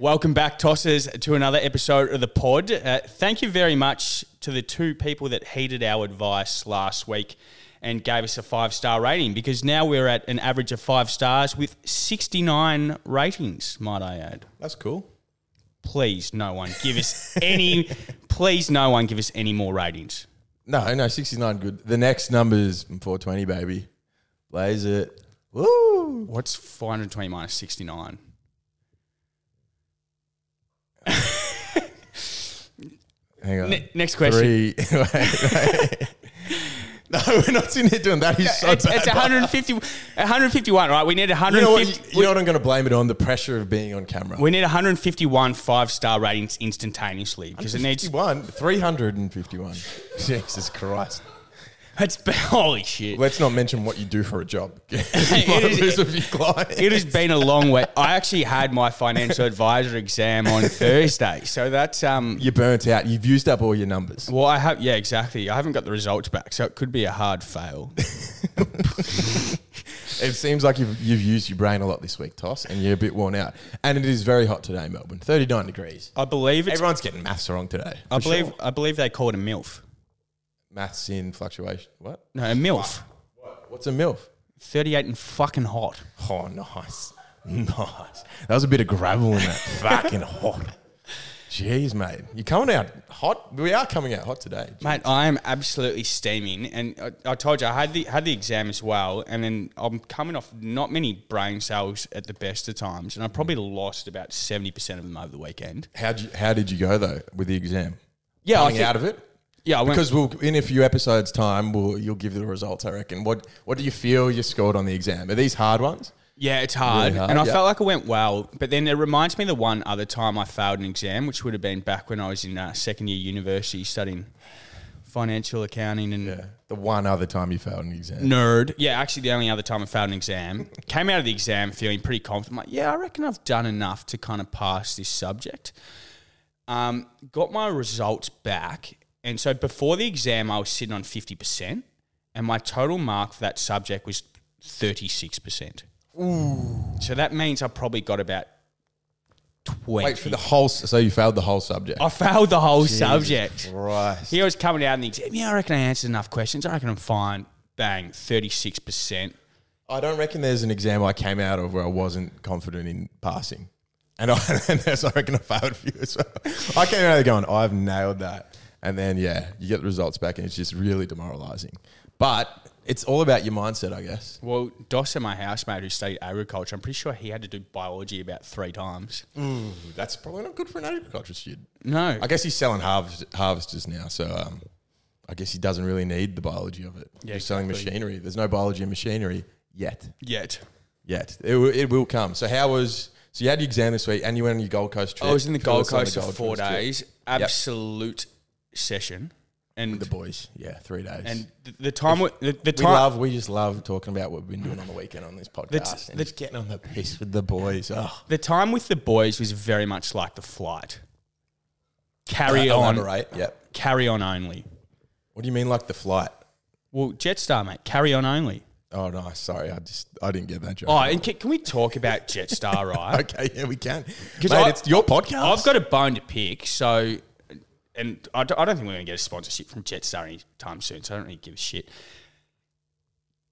Welcome back, Tossers, to another episode of the pod. Uh, thank you very much to the two people that heeded our advice last week and gave us a five star rating because now we're at an average of five stars with 69 ratings, might I add. That's cool. Please, no one give us any. Please, no one give us any more ratings. No, no, 69 good. The next number is 420, baby. Blaze it. Woo! What's 420 minus 69? Hang on. Ne- next question. Three. wait, wait. no, we're not sitting here doing that. He's so it's, bad. it's 150, 151, right? We need You 150. know what? You, you know what I'm going to blame it on? The pressure of being on camera. We need 151 five star ratings instantaneously because it needs. 51, 351. Jesus Christ. It's holy shit. Let's not mention what you do for a job. you might is- lose a few clients. It has been a long way. I actually had my financial advisor exam on Thursday, so that's um. You're burnt out. You've used up all your numbers. Well, I have yeah, exactly. I haven't got the results back, so it could be a hard fail. It seems like you've, you've used your brain a lot this week, Toss, and you're a bit worn out. And it is very hot today, Melbourne. 39 degrees. I believe it's. Everyone's getting maths wrong today. I For sure. believe I believe they call it a milf. maths in fluctuation. What? No, a milf. What's a MILF? Thirty-eight and fucking hot. Oh, nice. Nice. That was a bit of gravel in that. Fucking hot. Jeez, mate. You're coming out hot. We are coming out hot today. Mate, I am absolutely steaming, and I, I told you I had the had the exam as well, and then I'm coming off not many brain cells at the best of times, and I probably lost about seventy percent of them over the weekend. How'd you, how did you go, though, with the exam? Yeah, I Coming think, out of it? yeah, I went, Because we'll, in a few episodes' time, we'll, you'll give the results, I reckon. What, what do you feel you scored on the exam? Are these hard ones? yeah, it's hard, hard, and I yeah. felt like it went well, but then it reminds me of the one other time I failed an exam, which would have been back when I was in uh, second year university studying financial accounting and Yeah. The one other time you failed an exam. nerd. Yeah, actually, the only other time I failed an exam, came out of the exam feeling pretty confident. like, yeah, I reckon I've done enough to kind of pass this subject. Um, got my results back, and so before the exam, I was sitting on fifty percent, and my total mark for that subject was thirty six percent. So that means I probably got about twenty. Wait for the whole. s- So you failed the whole subject. I failed the whole subject. Christ. He was coming out in the exam. Yeah, I reckon I answered enough questions. I reckon I'm fine. Bang, thirty six percent. I don't reckon there's an exam I came out of where I wasn't confident in passing. And I, and there's, I reckon I failed a few as well. I came out of there going, I've nailed that. And then, yeah, you get the results back and it's just really demoralizing. But it's all about your mindset, I guess. Well, Dawson, my housemate who studied agriculture, I'm pretty sure he had to do biology about three times. That's probably not good for an agriculture student. No. I guess he's selling harvest, harvesters now. So um, I guess he doesn't really need the biology of it. Yeah, You're selling exactly. machinery. There's no biology in machinery yet. Yet. Yet it, will- it will come. So how was? So you had your exam this week, and you went on your Gold Coast trip. I was in the Fill Gold us on Coast for Gold four Coast trip. days. Absolute session. And The boys, yeah, three days. and the, the time we, the, the we time love, we just love talking about what we've been doing on the weekend on this podcast. That's- and just getting on the piss with the boys. Oh, the time with the boys was very much like the flight. Carry on, Elaborate. Yep. carry on only. What do you mean, like the flight? Well, Jetstar, mate, carry on only. Oh no, sorry, I just I didn't get that joke. Oh, and can, can we talk about Jetstar, right? okay, yeah, we can. Mate, I- it's your podcast. I've got a bone to pick, so, and I don't, I don't think we're going to get a sponsorship from Jetstar anytime soon, so I don't really give a shit.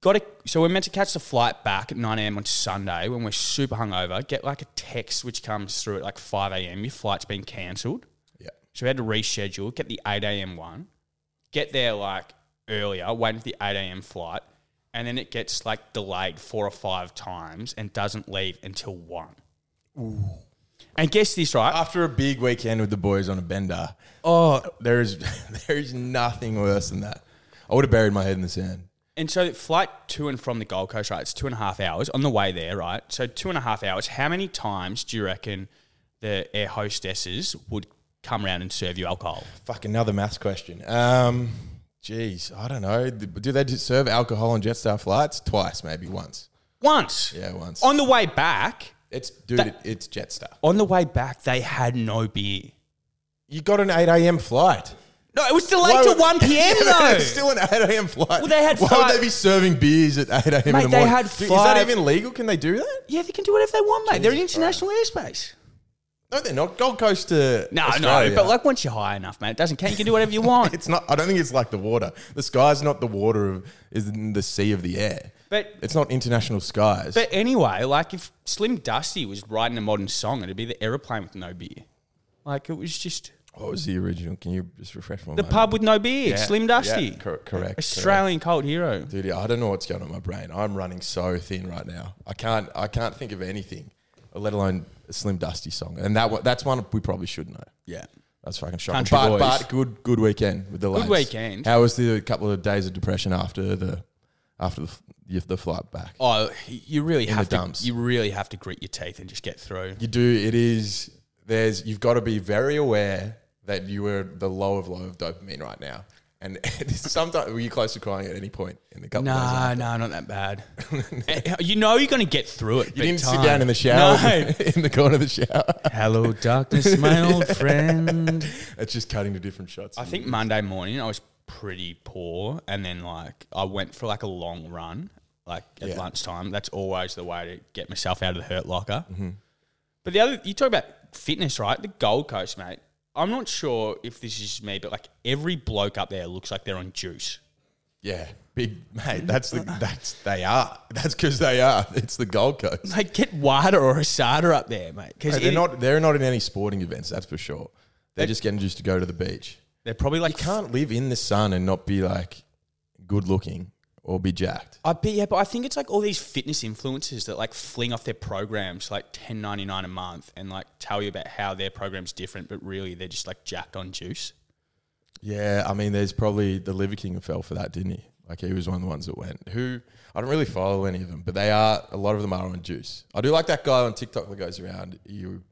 Got a, so we're meant to catch the flight back at 9 a.m. on Sunday when we're super hungover. Get like a text which comes through at like 5 a.m. Your flight's been cancelled. yeah. So we had to reschedule, get the 8 a.m. one, get there like earlier, waiting for the 8 a.m. flight, and then it gets like delayed four or five times and doesn't leave until 1. And guess this, right? After a big weekend with the boys on a bender, oh, there is there is nothing worse than that. I would have buried my head in the sand. And so flight to and from the Gold Coast, right? It's two and a half hours on the way there, right? So two and a half hours. How many times do you reckon the air hostesses would come around and serve you alcohol? Fuck another maths question. Um, geez, I don't know. Do they just serve alcohol on Jetstar flights? Twice, maybe once. Once. Yeah, once. On the way back, it's dude, it, it's Jetstar. on the way back, they had no beer. You got an eight a.m. flight. No, it was delayed to Why 1 would- p.m. Yeah, though. it's still an eight a.m. flight. Well, they had Why five- would they be serving beers at eight a.m. Mate, in the morning? they had Dude, Is five- that even legal? Can they do that? yeah, they can do whatever they want, mate. They're in international airspace. No, they're not. Gold Coast to No, Australia. no, but like once you're high enough, mate, it doesn't count. You can do whatever you want. it's not. I don't think it's like the water. The sky's not the water of is in the sea of the air. But- it's not international skies. but anyway, like if Slim Dusty was writing a modern song, it'd be the aeroplane with no beer. Like it was just what was the original? Can you just refresh my the pub with no beer. Slim Dusty, cor- correct. correct. Australian cult hero. Dude, I don't know what's going on in my brain. I'm running so thin right now. I can't. I can't think of anything, let alone a Slim Dusty song. And that one, that's one we probably should know. Yeah, That's fucking shocking. Country but, boys. but good good weekend with the Good weekend. How was the couple of days of depression after the after the, f- y- the flight back? Oh, you really have the to. dumps. You really have to grit your teeth and just get through. You do. It is. There's. You've got to be very aware that you are the low of low of dopamine right now. And sometimes were you close to crying at any point in the couple of days? No, no, not that bad. Eh, you know you're going to get through it. You didn't sit down in the shower in the corner of the shower. Hello, darkness, my old friend. It's just cutting to different shots. I think Monday morning I was pretty poor, and then like I went for like a long run, like at Yeah. lunchtime. That's always the way to get myself out of the hurt locker. Mm-hmm. But the other, you talk about fitness, right? The Gold Coast, mate. I'm not sure if this is me, but like every bloke up there looks like they're on juice. Yeah, big mate. That's the that's they are. That's because they are. It's the Gold Coast. Like get wider or asada up there, mate. Because Hey, they're not. They're not in any sporting events. That's for sure. They're just getting just to go to the beach. They're probably like You can't live in the sun and not be like good looking or be jacked. I bet, yeah, but I think it's like all these fitness influencers that like fling off their programs like ten ninety nine a month and like tell you about how their program's different, but really they're just like jacked on juice. Yeah, I mean, there's probably the Liver King fell for that, didn't he? Like he was one of the ones that went. Who I don't really follow any of them, but they are a lot of them are on juice. I do like that guy on TikTok that goes around you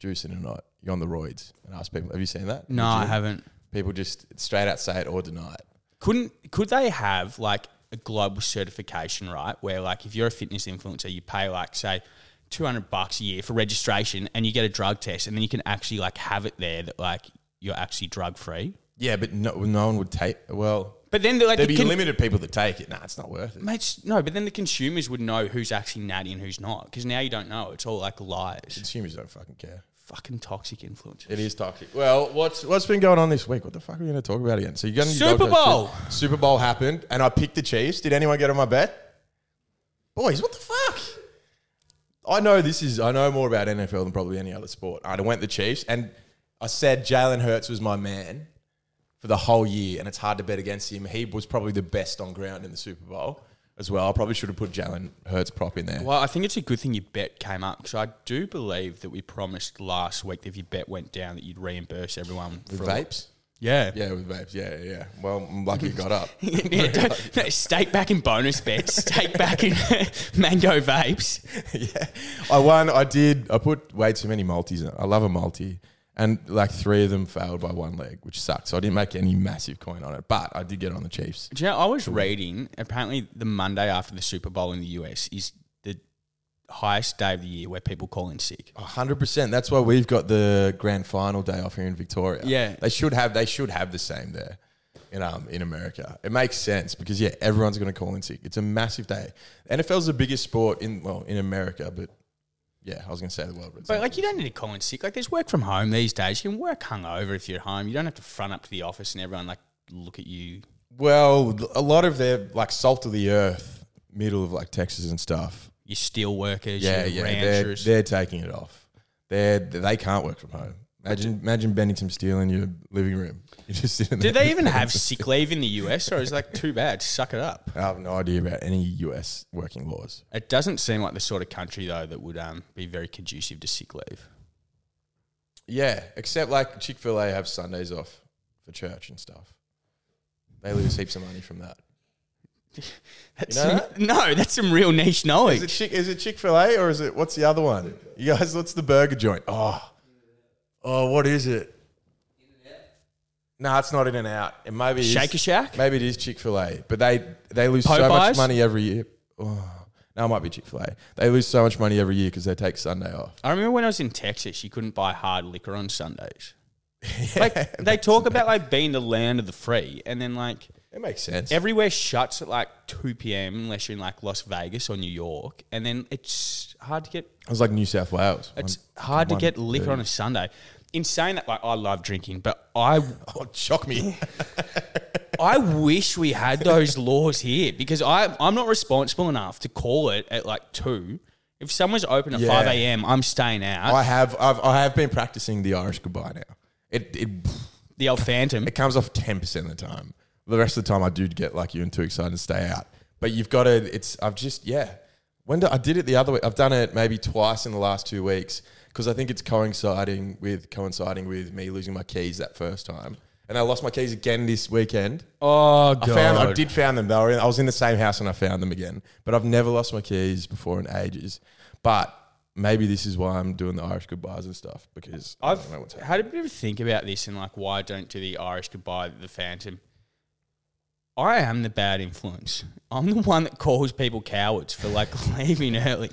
juicing or not. You're on the roids and ask people. Have you seen that? No, I haven't. People just straight out say it or deny it. Couldn't could they have like a global certification, right? Where like if you're a fitness influencer, you pay like say two hundred bucks a year for registration and you get a drug test and then you can actually like have it there that like you're actually drug free. Yeah, but no, no one would take. Well, But then they're like there'd the be con- limited people that take it. Nah, it's not worth it. Mate, no, but then the consumers would know who's actually natty and who's not because now you don't know. It's all like lies. Consumers don't fucking care. Fucking toxic influence. It is toxic. Well, what's what's been going on this week? What the fuck are we going to talk about again? So you got any Super Gold Coast Bowl. trip. Super Bowl happened, and I picked the Chiefs. Did anyone get on my bet? Boys, what the fuck? I know this is. I know more about NFL than probably any other sport. I went the Chiefs, and I said Jalen Hurts was my man for the whole year, and it's hard to bet against him. He was probably the best on ground in the Super Bowl as well. I probably should have put Jalen Hurts prop in there. Well, I think it's a good thing your bet came up because I do believe that we promised last week that if your bet went down that you'd reimburse everyone With for vapes. Yeah. Yeah, with vapes. Yeah, yeah, yeah. Well, I'm lucky it got up. Yeah, don't- no, stake back in bonus bets, stake back in mango vapes. yeah. I won. I did. I put way too many multis in. it. I love a multi. And like three of them failed by one leg, which sucks. So I didn't make any massive coin on it, but I did get on the Chiefs. Do you know, I was reading apparently the Monday after the Super Bowl in the US is the highest day of the year where people call in sick. 100%. That's why we've got the grand final day off here in Victoria. Yeah. They should have they should have the same there in um in America. It makes sense because yeah, everyone's going to call in sick. It's a massive day. NFL's the biggest sport in well, in America, but yeah, I was going to say the world. it's But not. like, you don't need to call in sick. Like, there's work from home these days. You can work hungover if you're at home. You don't have to front up to the office and everyone like look at you. Well, a lot of their like salt of the earth, middle of like Texas and stuff. Your steel workers, Yeah, your yeah, they're, ranchers. they're taking it off. They they can't work from home. Imagine imagine bending some steel in your living room. You just sitting there. Do they even have sick leave in the US, or is it like too bad? Suck it up. I have no idea about any U.S. working laws. It doesn't seem like the sort of country though that would um, be very conducive to sick leave. Yeah, except like Chick Fil A have Sundays off for church and stuff. They lose heaps of money from that. That's know some- no, that's some real niche knowledge. Is it Chick is it Chick Fil A or is it what's the other one? You guys, what's the burger joint? Oh, oh, what is it? No, it's not In and Out. It maybe is- Shaker Shack? Maybe it is Chick Fil A, but they they lose so Popeyes? much money every year. Oh, no, it might be Chick Fil A. They lose so much money every year because they take Sunday off. I remember when I was in Texas, you couldn't buy hard liquor on Sundays. like they talk about like being the land of the free, and then like It makes sense. Everywhere shuts at like 2 p.m. unless you're in like Las Vegas or New York. And then it's hard to get I was like New South Wales. it's One- hard to one get liquor on a Sunday. In saying that, like I love drinking, but I Oh, shock me. I wish we had those laws here because I I'm not responsible enough to call it at like two. If someone's open at Yeah. five a.m., I'm staying out. I have I've, I have been practicing the Irish goodbye now. It it the old phantom. it comes off ten percent of the time. The rest of the time, I do get like you and too excited to stay out. But you've got to. It's I've just yeah. When do, I did it the other way, I've done it maybe twice in the last two weeks because I think it's coinciding with coinciding with me losing my keys that first time, and I lost my keys again this weekend. Oh god! I found I did found them. They were in, I was in the same house and I found them again. But I've never lost my keys before in ages. But maybe this is why I'm doing the Irish goodbyes and stuff because I've, I I've do not know what's happening. had a bit of a think about this and like why I don't do the Irish goodbye the Phantom. I am the bad influence. I'm the one that calls people cowards for like leaving early.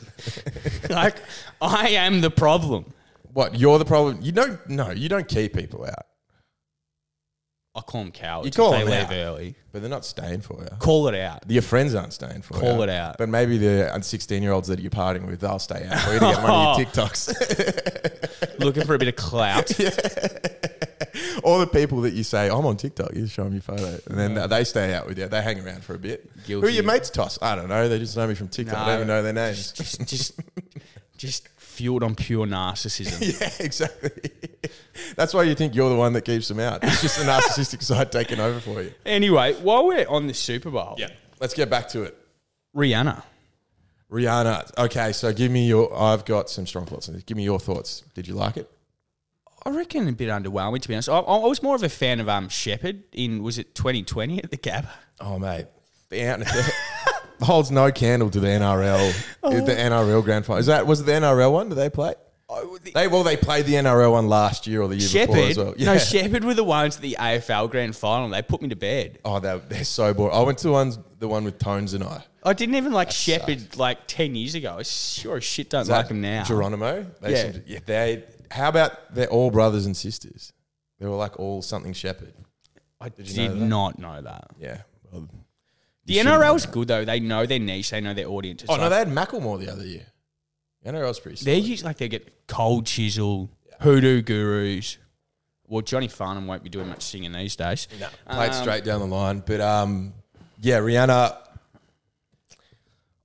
like I am the problem. What you're the problem? You don't no, you don't keep people out, I call them cowards. You call if they them leave early. but they're not staying for you. Call it out. Your friends aren't staying for you. Call it out. But maybe the 16 year olds that you're partying with, they'll stay out for you to get one of your Oh. TikToks. Looking for a bit of clout. or the people that you say, I'm on TikTok, you show them your photo. And then they stay out with you. They hang around for a bit. Who are Guilty. your mates, Toss? I don't know. They just know me from TikTok. I No. don't even know their names. Just, just, just fueled on pure narcissism. Yeah, exactly. That's why you think you're the one that keeps them out. It's just the narcissistic side taking over for you. Anyway, while we're on the Super Bowl, Let's get back to it. Rihanna. Rihanna. Okay, so give me your. I've got some strong thoughts on this. Give me your thoughts. Did you like it? I reckon a bit underwhelming to be honest. I, I was more of a fan of um Shepherd in was it 2020 at the Gabba. Oh, mate. The out holds no candle to the NRL. The NRL grand final. Is that was it the NRL one? Did they play? They well, they played Oh, the NRL one last year or the year before Shepherd, as well. no Shepherd were the ones at the AFL Grand Final. They put me to bed. oh, they're, they're so boring. I went to ones the one with Tones and I. I didn't even like Shepherd like ten years ago. I sure as shit don't like him now. Geronimo. They Yeah. yeah. To, yeah. They. How about they're all brothers and sisters? They were like all something shepherd. I did, you know that? not know that. Yeah. Well, The you shouldn't know NRL's good though. They know their niche. They know their audience. It's oh no, like- they had Macklemore the other year. NRL's pretty. They're Sick. used like they get cold chisel, hoodoo gurus. Well, Johnny Farnham won't be doing much singing these days. No, played straight down the line, but um, yeah, Rihanna.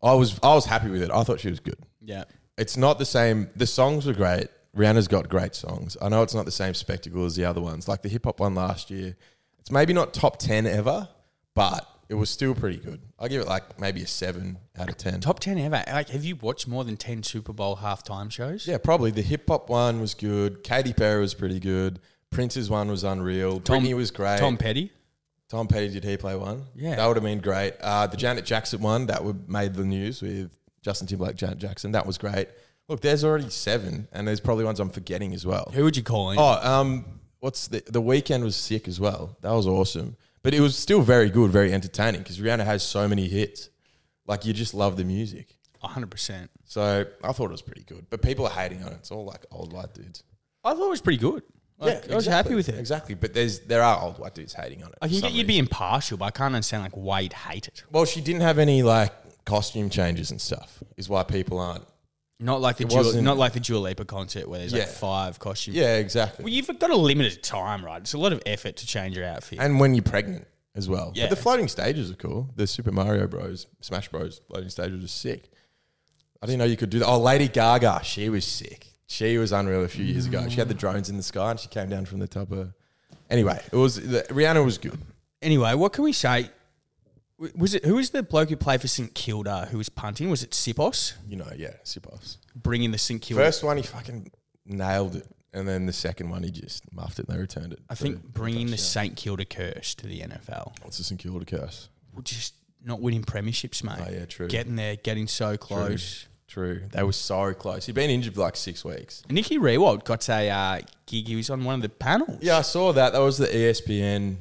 I was I was happy with it. I thought she was good. Yeah. It's not the same. The songs were great. Rihanna's got great songs. I know it's not the same spectacle as the other ones, like the hip hop one last year. It's maybe not top ten ever, but it was still pretty good. I give it like maybe a seven out of ten. Top 10 ever. Like, have you watched more than 10 Super Bowl halftime shows? Yeah, probably the hip hop one was good. Katy Perry was pretty good. Prince's one was unreal. Britney was great. Tom Petty? Tom Petty did he play one? Yeah. that would have been great. Uh, the Janet Jackson one that would made the news with Justin Timberlake, Janet Jackson. That was great. Look, there's already seven, and there's probably ones I'm forgetting as well. Who would you call in? Oh, um, what's the the weekend was sick as well. That was awesome, but it was still very good, very entertaining because Rihanna has so many hits. Like you just love the music. 100%. So I thought it was pretty good, but people are hating on it. It's all like old white dudes. I thought it was pretty good. Like, I was exactly, happy with it. Exactly, but there's there are old white dudes hating on it. I for can some get you'd be impartial, but I can't understand like why you'd hate it. Well, she didn't have any like costume changes and stuff, is why people aren't. Not like the Dua, wasn't- not like the Dua Lipa concert where there's Yeah. like five costumes. Yeah, exactly. Well, you've got a limited time, right? It's a lot of effort to change your outfit. and when you're pregnant as well. Yeah. But the floating stages are cool. The Super Mario Bros, Smash Bros floating stages are sick. I didn't know you could do that. Oh, Lady Gaga, she was sick. She was unreal a few years ago. She had the drones in the sky and she came down from the top of. Anyway, it was the, Rihanna was good. anyway, what can we say? W- Was it who was the bloke who played for St Kilda who was punting? Was it Sipos You know, yeah, Sipos. bringing the St Kilda? First one, he fucking nailed it. And then the second one, he just muffed it and they returned it. I think bringing the St Kilda curse to the NFL, What's the St Kilda curse? Well, just not winning premierships, mate. Oh, yeah, true. Getting there, getting so close. True. They were so close. He'd been injured for like six weeks. Nicky Rewald got a uh, gig. He was on one of the panels. Yeah, I saw that. That was the E ESPN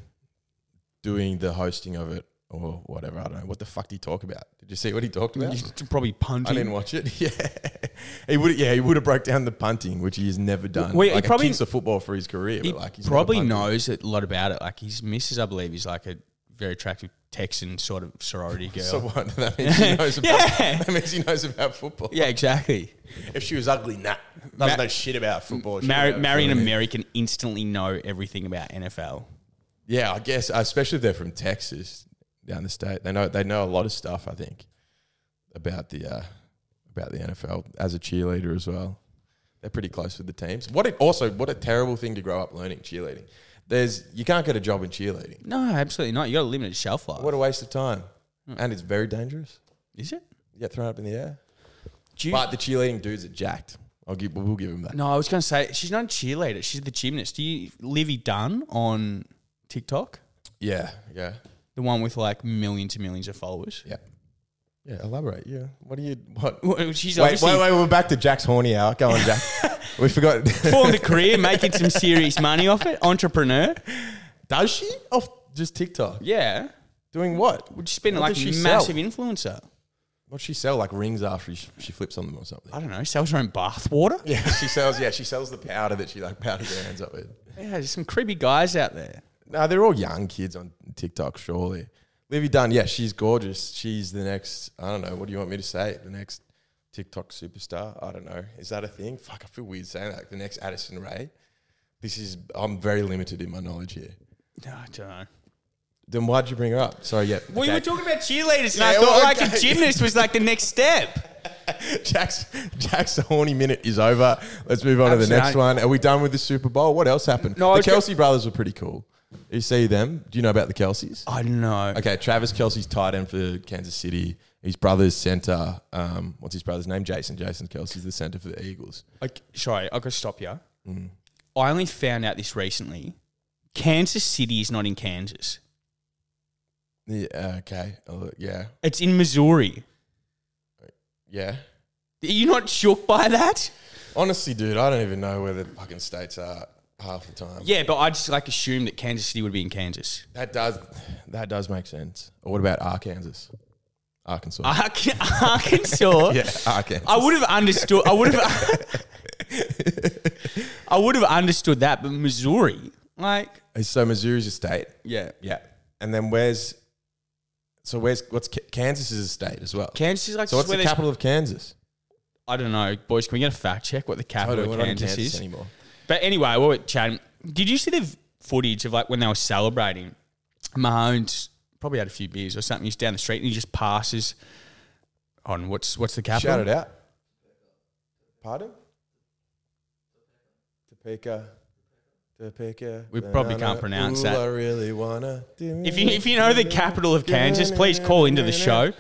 doing the hosting of it or whatever. I don't know. What the fuck did he talk about? Did you see what he talked about? He's probably I punting. didn't watch it. Yeah, he would. Yeah, he would have broke down the punting, which he has never done. Well, he like, probably- he keeps the football for his career, he but like he's never probably punted. knows a lot about it. Like his missus, I believe, is like a very attractive Texan sort of sorority girl. So what? That means she knows about, Yeah. that means she knows about football. yeah, exactly. If she was ugly, nah. Ma- Doesn't know shit about football. She Marry, knows marry an about- American, instantly know everything about NFL. Yeah, I guess, especially if they're from Texas down the state, they know they know a lot of stuff. I think about the uh, about the NFL as a cheerleader as well. They're pretty close with the teams. What a, also what a terrible thing to grow up learning cheerleading. There's you can't get a job in cheerleading. No, absolutely not. You got a limited shelf life. What a waste of time, Hmm. and it's very dangerous. Is it? You get thrown up in the air. Do you, But the cheerleading dudes are jacked. I'll give we'll give them that. no, I was going to say she's not a cheerleader. She's the gymnast. Do you Livy Dunn on TikTok? Yeah, yeah, The one with like millions and millions of followers. yeah, yeah. Elaborate. Yeah. What do you what? Well, she's Wait, obviously wait, wait. We're back to Jack's horny hour. Go on, Jack. we forgot. formed a career, making some serious money off it. Entrepreneur. Does she? Off just TikTok. Yeah. Doing what? Would just been What like does she massive sell? influencer. What'd she sell? Like rings after she, she flips on them or something. I don't know. Sells her own bath water. Yeah, she sells. Yeah, she sells the powder that she like powders her hands up with. Yeah, there's some creepy guys out there. No, they're all young kids on TikTok, surely. Livy Dunn, yeah, she's gorgeous. She's the next. I don't know. What do you want me to say? The next TikTok superstar. I don't know. Is that a thing? Fuck, I feel weird saying that. Like the next Addison Ray. This is. I'm very limited in my knowledge here. No, I don't know. Then why'd you bring her up? Sorry, yeah. We okay. were talking about cheerleaders, and I Yeah, thought well, like a okay. gymnast was like the next step. Jack's Jack's horny minute is over. Let's move on to the next Absolutely. one. Are we done with the Super Bowl? What else happened? No, I the was go- Kelsey brothers were pretty cool. You see them? Do you know about the Kelseys? I don't know. Okay, Travis Kelsey's tight end for Kansas City. His brother's center. Um, what's his brother's name? Jason. Jason Kelsey's the center for the Eagles. Mm. Like, sorry, I gotta stop you. I only found out this recently. Kansas City is not in Kansas. Yeah, okay. Uh, yeah. It's in Missouri. Yeah. Are you not shook by that? Honestly, dude, I don't even know where the fucking states are half the time. Yeah, but I just like assumed that Kansas City would be in Kansas. That does that does make sense. Or what about Arkansas? Arkansas. Ah. Ark- Arkansas. yeah, Arkansas. I would have understood. I would have. I would have understood that, but Missouri, like, So Missouri's a state. yeah, Yeah. And then where's so where's what's K- Kansas is a state as well. Kansas is like. so what's where the there's- capital of Kansas? I don't know, boys. Can we get a fact check what the I capital don't know, we're of not in Kansas, is? anymore. But anyway, what we're chatting. Did you see the v- footage of like when they were celebrating? Mahomes probably had a few beers or something. He's down the street and he just passes on what's what's the capital? Shout it out. Pardon? Topeka. Topeka. We probably can't pronounce Ooh, that. I really wanna. do If you if you know the capital of Kansas, please call into the show.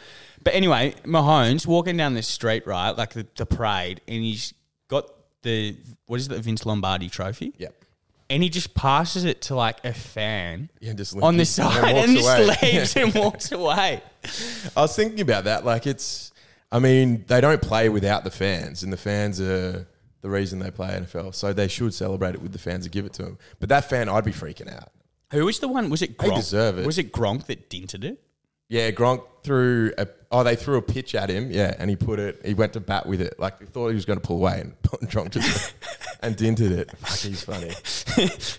But anyway, Mahomes walking down this street, right, like the, the parade, and he's got the what is it, the Vince Lombardi trophy? Yeah. And he just passes it to like a fan Yeah, just on the leaves and then side and, walks just away. leaves and walks away. I was thinking about that. Like it's, I mean, they don't play without the fans, and the fans are the reason they play NFL. So they should celebrate it with the fans and give it to them. But that fan, I'd be freaking out. Who was the one? Was it They Gronk? deserve it. Was it Gronk that dinted it? Yeah, Gronk threw a. Oh, they threw a pitch at him. Yeah, and he put it. He went to bat with it. Like we thought he was going to pull away, and Gronk just and dinted it. Fuck, he's funny.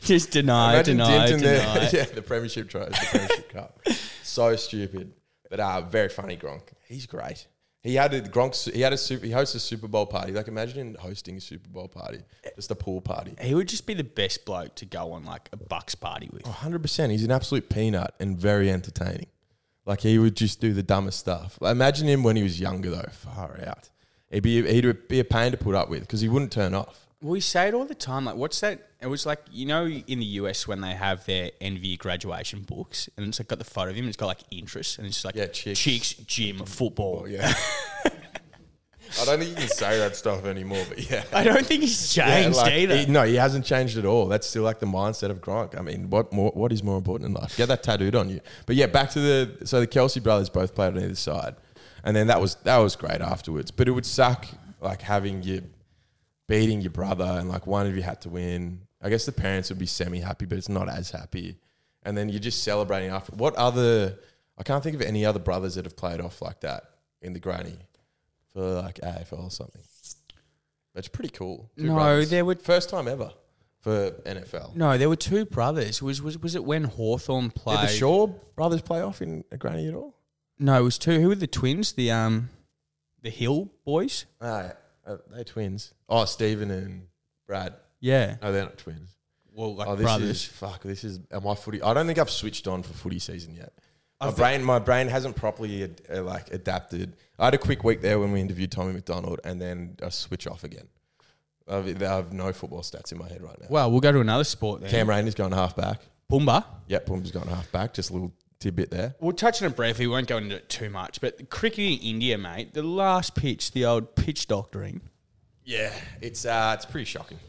just deny, deny, dinting deny. the yeah the premiership tries the premiership cup. So stupid, but uh, very funny. Gronk, he's great. He had a Gronk. He had a super. He hosts a Super Bowl party. Like imagine hosting a Super Bowl party, just a pool party. He would just be the best bloke to go on like a Bucks party with. hundred percent. He's an absolute peanut and very entertaining. Like he would just do the dumbest stuff. Like, imagine him when he was younger though. Far out. He'd be he'd be a pain to put up with because he wouldn't turn off. We say it all the time. Like, what's that? It was like you know in the US when they have their NV graduation books, and it's like got the photo of him. And it's got like interests, and it's just like Yeah, chicks. Oh, gym, football. Yeah. I don't think you can say that stuff anymore. But yeah. I don't think he's changed like, either. he- no, he hasn't changed at all. That's still like the mindset of Gronk. I mean, what more? What is more important in life? Get that tattooed on you. But yeah, back to the so the Kelsey brothers both played on either side, and then that was that was great afterwards. But it would suck like having you beating your brother and like one of you had to win. I guess the parents would be semi happy, but it's not as happy. And then you're just celebrating after. What other? I can't think of any other brothers that have played off like that in the granny for like AFL or something. That's pretty cool. Two No, brothers. there would- first time ever. for NFL. No, there were two brothers. Was was was it when Hawthorn played? Did the Shaw brothers play off in a granny at all? No, it was two. Who were the twins? The um, the Hill boys. Uh, uh, they twins. Oh, Stephen and Brad. Yeah. No, they're not twins. Well, like oh, this brothers. is fuck. This is uh, my footy. I don't think I've switched on for footy season yet. My brain, my brain hasn't properly ad, uh, like adapted. I had a quick week there when we interviewed Tommy McDonald, and then I switch off again. I've, I have no football stats in my head right now. Well, we'll go to another sport then. Cam Rain is going half back. Pumba. Yep, Boom's going half back. Just a little tidbit there. We'll touch on it briefly. We won't go into it too much. But cricket in India, mate, the last pitch, the old pitch doctoring. Yeah, it's uh, it's pretty shocking.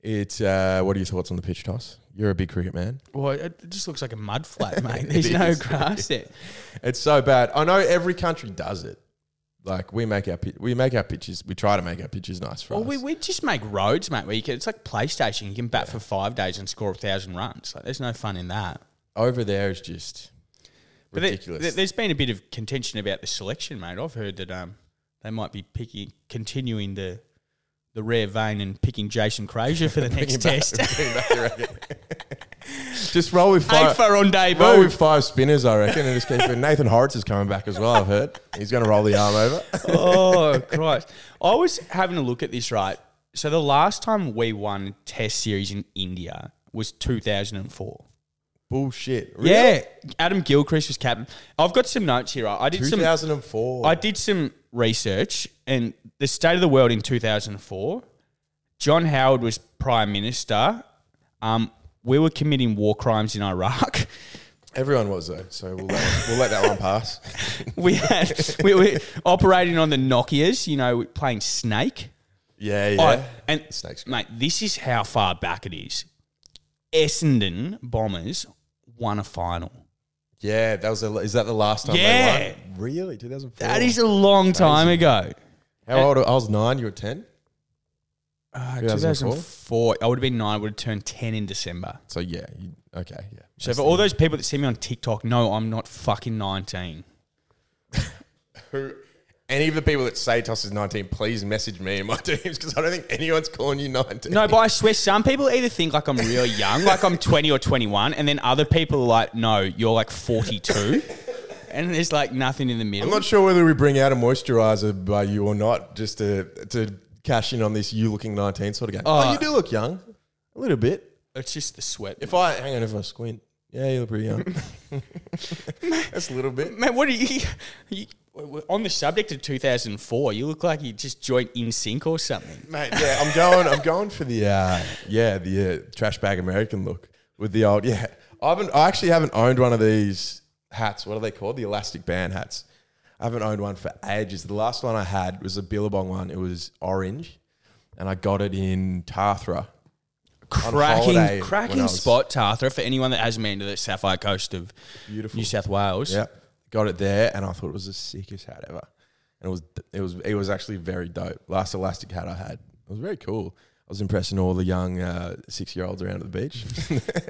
It's uh, what are your thoughts on the pitch toss? You're a big cricket man. Well, it it just looks like a mud flat, mate. There's no is. grass there. It's so bad. I know every country does it. Like we make our pi- we make our pitches. We try to make our pitches nice for Well, us. we, we just make roads, mate. Where you can, it's like PlayStation. You can bat for five days and score a thousand runs. Like, there's no fun in that. Over there is just there- ridiculous. there- there's been a bit of contention about the selection, mate. I've heard that um, they might be picking, continuing the the rare vein and picking Jason Crozier for the next test. just roll with Eight five. for on Roll debut. with five spinners, I reckon, and just keep it. Nathan Horace is coming back as well. I've heard he's going to roll the arm over. oh Christ! I was having a look at this right. So the last time we won a Test series in India was 2004. Bullshit. Yeah, Adam Gilchrist was captain. I've got some notes here. right? I did some 2004. I did some research, and the state of the world in 2004, John Howard was prime minister. Um, we were committing war crimes in Iraq. Everyone was though, so we'll let, we'll let that one pass. We had we were operating on the Nokia's, you know, playing Snake. Yeah, yeah. I- and Snake's mate, this is how far back it is. Essendon Bombers won a final. yeah, that was. The, is that the last time? Yeah. they won? really, 2004. That is a long time ago. How old? I was nine. You were ten. Uh, 2004? 2004. I would have been nine. Would have turned ten in December. So yeah. You, okay. Yeah. So for all those people that see me on TikTok, no, I'm not fucking 19. Who? Any of the people that say Toss is 19, please message me and my teams because I don't think anyone's calling you 19. No, but I swear some people either think like I'm real young, like I'm 20 or 21, and then other people are like, no, you're like 42. And there's like nothing in the middle. I'm not sure whether we bring out a moisturizer by you or not, just to to cash in on this you looking 19 sort of game. oh, you do look young, a little bit. it's just the sweat. If I hang on, if I squint, yeah, you look pretty young. That's a little bit. Man, what are you, you- On the subject of 2004, you look like you just joined in sync or something. mate. Yeah, I'm going. I'm going for the uh, yeah the uh, trash bag American look with the old yeah. I haven't. I actually haven't owned one of these hats. What are they called? The elastic band hats. I haven't owned one for ages. The last one I had was a Billabong one. It was orange, and I got it in Tathra. holiday Cracking, when I cracking was- spot, Tarthra, for anyone that hasn't been to the Sapphire Coast of Beautiful. New South Wales. Yeah, got it there, and I thought it was the sickest hat ever. And it was it was it was actually very dope. Last elastic hat I had, it was very cool. I was impressing all the young uh, six year olds around at the beach.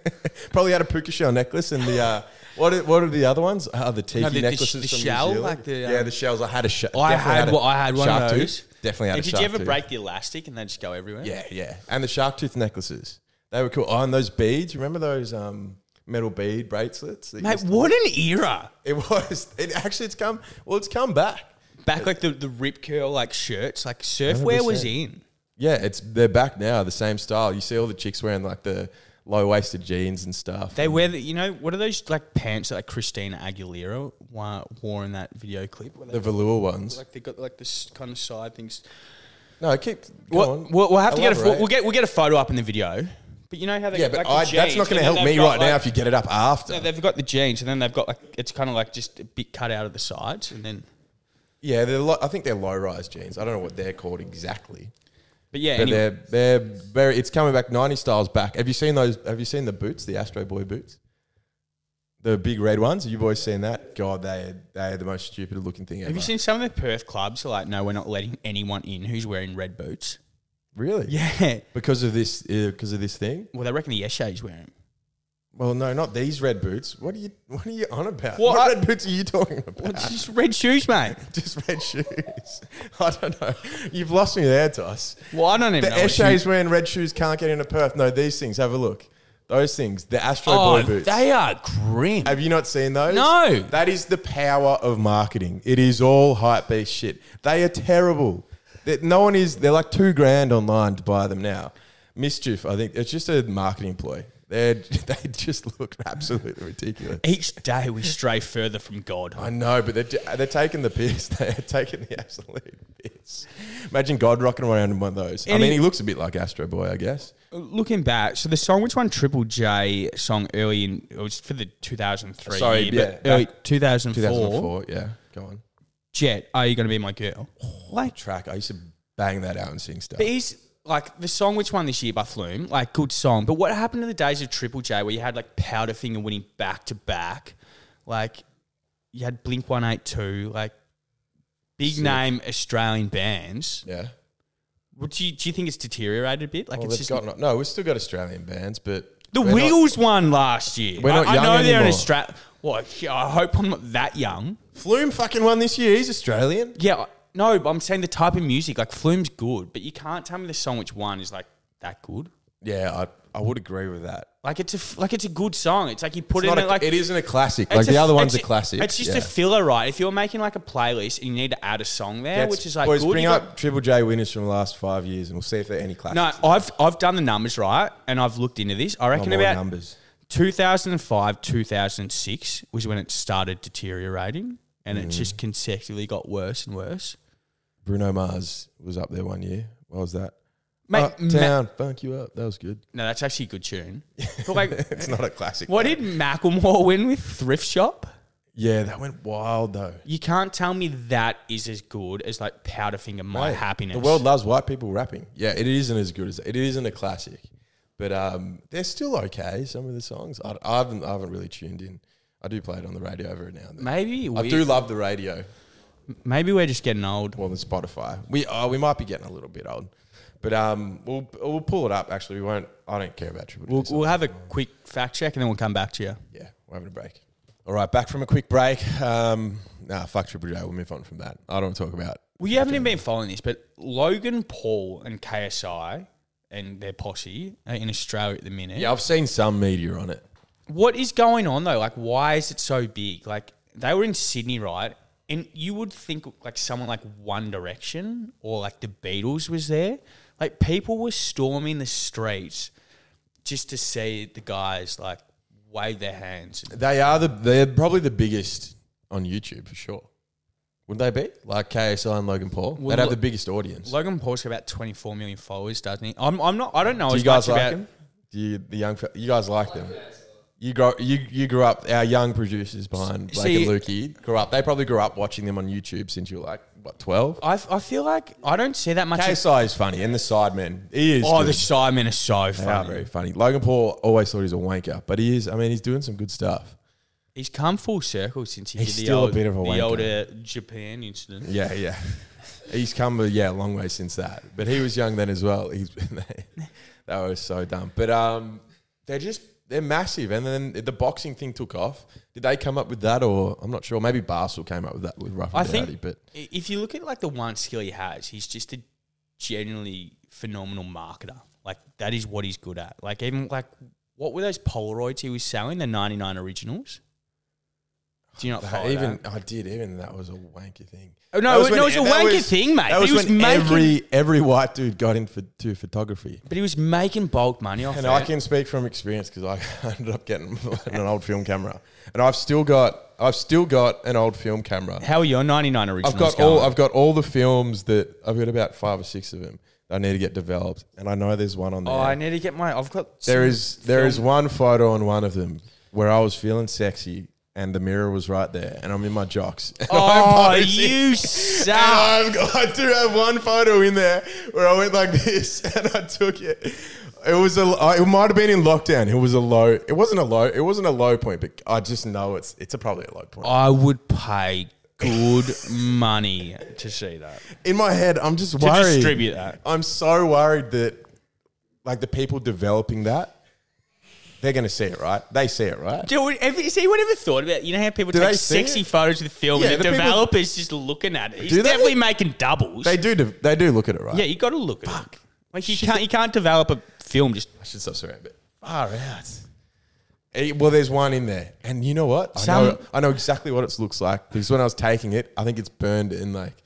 Probably had a puka shell necklace and the uh, what are, what are the other ones? Uh, the tiki the- the sh- necklaces the from New shell, Zealand. like the, yeah, um, the shells. I had a shell. I had, well, I had one of shark those. tooth. Definitely had And a did shark you ever tooth. break the elastic and they just go everywhere? Yeah, yeah. And the shark tooth necklaces. They were cool. Oh, and those beads. Remember those um, metal bead bracelets? that Mate, used to- what an era. It was. It actually, it's come. Well, it's come back. Back like the, the rip curl like shirts, like surfwear was 100%. in. Yeah, it's they're back now. The same style. You see all the chicks wearing like the low waisted jeans and stuff. They wear the, you know, what are those like pants that like Christina Aguilera wa- wore in that video clip? Where they, the velour ones. like they got like this kind of side things. No, keep. go We'll, on. we'll, we'll have to get a pho- Elaborate. we'll get we'll get a photo up in the video. But you know how they Yeah, got, but like, I, the that's not jeans going to and then help they've me got, right now like- if you get it up after. no, they've got the jeans and then they've got like it's kind of like just a bit cut out of the sides and then. yeah, they're lo- I think they're low rise jeans. I don't know what they're called exactly. But yeah, But anyway. they're they're very. It's coming back. Ninety styles back. Have you seen those? Have you seen the boots? The Astro Boy boots. The big red ones. Have you boys seen that? God, they they are the most stupid looking thing ever. Have you seen some of the Perth clubs are like, no, we're not letting anyone in who's wearing red boots? Really? Yeah. Because of this, uh, because of this thing. Well, they reckon the Yeshay's wearing 'em. Well, no, not these red boots. What are you? What are you on about? Well, What, I- red boots are you talking about? Just red shoes, mate. Just red shoes. I don't know. You've lost me there, Toss. Well, I don't even The know. what shoes- Eshays wearing red shoes can't get into Perth. No, these things. Have a look. Those things. The Astro Oh, Boy boots. they are grim. Have you not seen those? No. That is the power of marketing. It is all hype beast shit. They are terrible. That no one is. They're like two grand online to buy them now. Mischief. I think it's just a marketing ploy. They they just look absolutely ridiculous. Each day we stray further from God. I know, but they're, ju- they're taking the piss. They're taking the absolute piss. Imagine God rocking around in one of those. I Any- mean, he looks a bit like Astro Boy, I guess. Looking back, so the song which won Triple J song early in it was for the 2003 Sorry, year, yeah, but early back- 2004, 2004. Yeah, go on. Jet, are you going to be my girl? Like, Track. I used to bang that out and sing stuff. But he's like the song which won this year by Flume, like good song. But what happened in the days of Triple J where you had like Powderfinger winning back to back, like you had Blink One Eight Two, like big name Australian bands. Yeah. Would do you do you think it's deteriorated a bit? Like Well, it's they've just got no. We've still got Australian bands, but the we're not- Wiggles won last year. We're not I, young I know they're an anymore. Australian. Well, I hope I'm not that young. Flume fucking won this year. He's Australian. Yeah, I- no, but I'm saying the type of music like Flume's good, but you can't tell me the song which won is like that good. Yeah, I, I would agree with that. Like it's a f- like it's a good song. It's like you put It's it not in a, it like it isn't a classic. Like it's the other one's a it's- classic. It's just yeah. a filler, right? If you're making like a playlist and you need to add a song there, That's- which is like boys, good, bring you up got- Triple J winners from the last five years, and we'll see if there are any classics. no, I've I've done the numbers right, and I've looked into this. I Not reckon more about numbers. 2005, 2006 was when it started deteriorating, and it Mm. just consecutively got worse and worse. Bruno Mars was up there one year. What was that? Mate, Ma- Uptown, funk you up. That was good. no, that's actually a good tune. But like, It's not a classic. what did Macklemore win with Thrift Shop? Yeah, that went wild though. You can't tell me that is as good as like Powderfinger, My Mate, Happiness. The world loves white people rapping. Yeah, it isn't as good as it isn't a classic, but um, they're still okay. Some of the songs I, I haven't I haven't really tuned in. I do play it on the radio every now and then. maybe I we, do love the radio maybe we're just getting old. more than Spotify. We are we might be getting a little bit old, but um, we'll we'll pull it up. Actually, we won't. I don't care about triple. J We'll, songs. we'll have a quick fact check and then we'll come back to you. Yeah, we're having a break. All right, back from a quick break. Um, nah, fuck Triple J. We'll move on from that. I don't want to talk about. Well, you haven't even been following this, but Logan Paul and KSI and their posse are in Australia at the minute. Yeah, I've seen some media on it. What is going on though? Like, why is it so big? Like, they were in Sydney, right? And you would think like someone like One Direction or like the Beatles was there. Like, people were storming the streets just to see the guys like wave their hands. They are the they're probably the biggest on YouTube for sure. Wouldn't they be like KSI and Logan Paul? Well, They'd have Lo- the biggest audience. Logan Paul's got about 24 million followers, doesn't he? I'm, I'm not, I don't know Do as you guys much like about them? Do you the young fe- you guys like them? You grow you you grew up. Our young producers behind Blake See- and Lukey grew up. They probably grew up watching them on YouTube since you were like what twelve. I, I feel like I don't see that much. KSI is funny, and the Sidemen. He is. oh, good. the Simon is so They are funny. very funny. Logan Paul always thought he was a wanker, but he is. I mean, he's doing some good stuff. He's come full circle since he He's did the still a old, bit of a the wanker. old uh, Japan incident. Yeah, yeah. He's come a yeah, long way since that. But he was young then as well. He's that was so dumb. But um they're just they're massive. And then the boxing thing took off. Did they come up with that or I'm not sure. Maybe Barcel came up with that with Rough and I Rowdy, think but i- if you look at like the one skill he has, he's just a genuinely phenomenal marketer. Like that is what he's good at. Like even like what were those Polaroids he was selling? The 99 originals. Do you not follow that? even I did, even that was a wanky thing. Oh, That no, it- when- no, it was a that wanky thing, mate. That was He was when making- every every white dude got into to photography. But he was making bulk money off And it. I can speak from experience because I ended up getting an old film camera, and I've still got I've still got an old film camera. How are your 99 originals? I've got going? all I've got all the films that I've got about five or six of them that I need to get developed, and I know there's one on there. Oh, I need to get my. I've got. there some is there is film- one photo on one of them where I was feeling sexy and the mirror was right there, and I'm in my jocks. and I'm Oh, posing. you And suck. I've got, I do have one photo in there where I went like this and I took it. It was a. It might have been in lockdown. It was a low. It wasn't a low. It wasn't a low point, but I just know it's it's a probably a low point. I would pay good money to see that. in my head, I'm just worried. distribute that. I'm so worried that like the people developing that They're going to see it, right? They see it, right? Dude, have you, see, ever thought about you know how people Do they take see sexy it? photos of the film Yeah, and the, the people- developer's just looking at it. He's Do they? definitely making doubles. They do. They do look at it, right? yeah, you got to look at it. Like you can't you can't develop a film just I should stop swearing, but far out. Eh, Well, there's one in there, and you know what? I know. Some- I know exactly what it looks like because when I was taking it, I think it's burned in like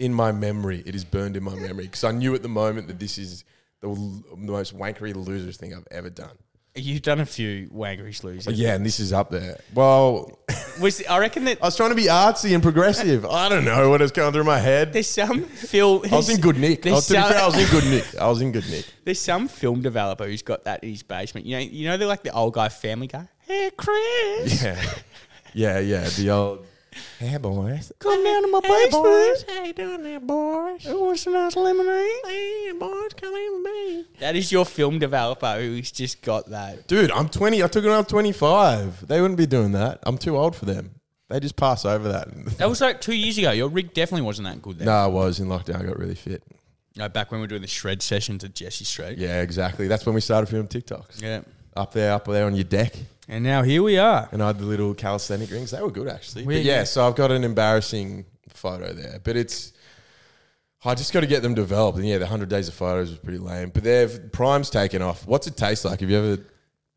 in my memory. It is burned in my memory because I knew at the moment that this is the, l- the most wankery loser thing I've ever done. you've done a few wangerish losers. Yeah, and this is up there. Well, Was I reckon that I was trying to be artsy and progressive. I don't know what is going through my head. there's some film I was in good nick. I There's was, to be fair, I was some, in good nick. I was in good nick. there's some film developer who's got that in his basement. You know, you know they're like the old guy family guy. Hey Chris, Yeah, yeah, yeah. The old. Hey boys, come down to my basement. How you doing there, boys? I want some nice lemonade. Hey, boys, come in me. That is your film developer who's just got that. Dude, I'm 20. I took it when I was 25. They wouldn't be doing that. I'm too old for them. They just pass over that. That was like two years ago. Your rig definitely wasn't that good then. no, I was in lockdown. I got really fit. No, back when we were doing the shred sessions at Jesse Street. Yeah, exactly. That's when we started filming TikToks. Yeah. Up there, up there on your deck. And now here we are. And I had the little calisthenic rings. They were good, actually. Weird, but yeah, yeah. so I've got an embarrassing photo there. But it's. I just got to get them developed. And yeah, the 100 days of photos was pretty lame. But they've. Prime's taken off. What's it taste like? Have you ever.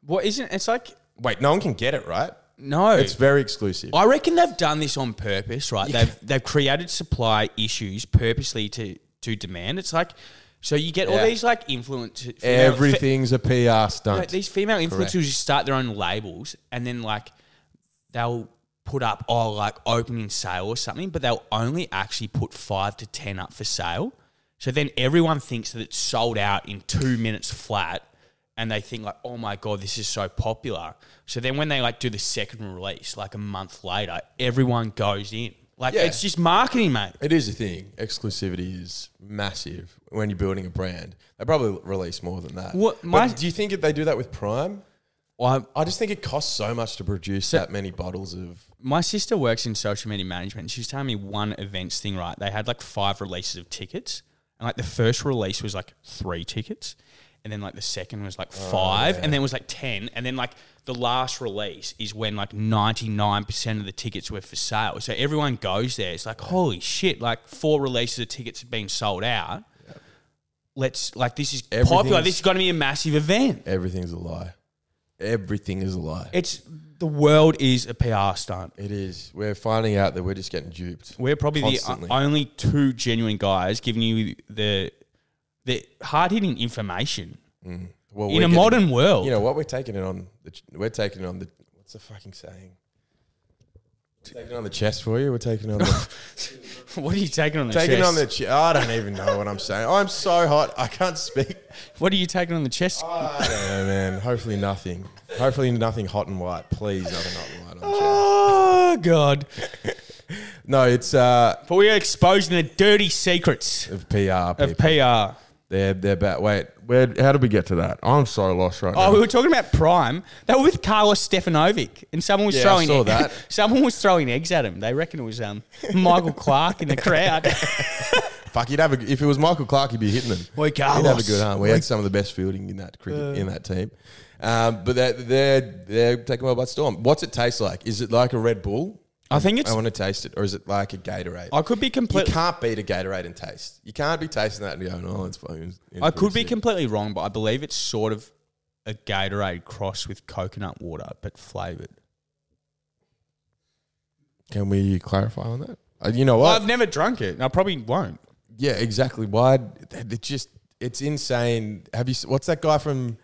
What isn't? It's like Wait, no one can get it, right? no. It's very exclusive. I reckon they've done this on purpose, right? They've they've created supply issues purposely to to demand. It's like so you get all Yeah. these like influencers. Everything's a PR Like, stunt. these female influencers Correct. who start their own labels and then like they'll put up oh like opening sale or something, but they'll only actually put five to ten up for sale. So then everyone thinks that it's sold out in two minutes flat, and they think like, oh my god, this is so popular. So then when they like do the second release, like a month later, everyone goes in. Like Yeah. it's just marketing, mate. It is a thing. Exclusivity is massive when you're building a brand. They probably release more than that. What- But my- do you think that they do that with Prime? Well, I just think it costs so much to produce that many bottles of. my sister works in social media management. She was telling me one events thing, right? They had like five releases of tickets. And like the first release was like three tickets. And then like the second was like five, And then it was like 10. And then like the last release is when like 99% of the tickets were for sale. So everyone goes there. It's like, holy shit, like four releases of tickets have been sold out. Let's like, this is popular. Everything's- This is going to be a massive event. Everything's a lie. Everything is a lie. It's the world is a PR stunt. it is. We're finding out that we're just getting duped. We're probably Constantly. the o- only two genuine guys giving you the the hard hitting information Well, in we're a getting- modern world. You know what? We're taking it on. The, ch- we're taking it on the. What's the fucking saying? We're taking it on the chest for you. We're taking it on the. what are you taking on the taking it chest? on the. Che- I don't even know what I'm saying. I'm so hot. I can't speak. what are you taking on the chest? I don't know, man. Hopefully nothing. Hopefully nothing hot and white. Please, nothing hot and white on the chest. Oh god! No, it's uh, But we are exposing the dirty secrets of PR of people. PR. they're they're bad. Wait, where? How did we get to that? I'm so lost right Oh, now. we were talking about Prime. They were with Carlos Stefanovic, and someone was Yeah, I throwing e-, saw that. someone was throwing eggs at him. They reckon it was um, Michael Clark in the crowd. Fuck, he'd have a, if it was Michael Clark, he'd be hitting them. Boy, He'd have a Carlos. good arm. We had some of the best fielding in that cricket in that team. Um, but they're, they're they're taking well by storm. What's it taste like? Is it like a Red Bull? I think it's. I want to taste it, or is it like a Gatorade? I could be you completely. can't beat a Gatorade in taste. You can't be tasting that and going, "Oh, it's fucking." it's I could pretty be sick." completely wrong, but I believe it's sort of a Gatorade cross with coconut water, but flavored. Can we clarify on that? Uh, you know what? I've never drunk it, and I probably won't. yeah, exactly. Why? It just it's insane. Have you? s- What's that guy from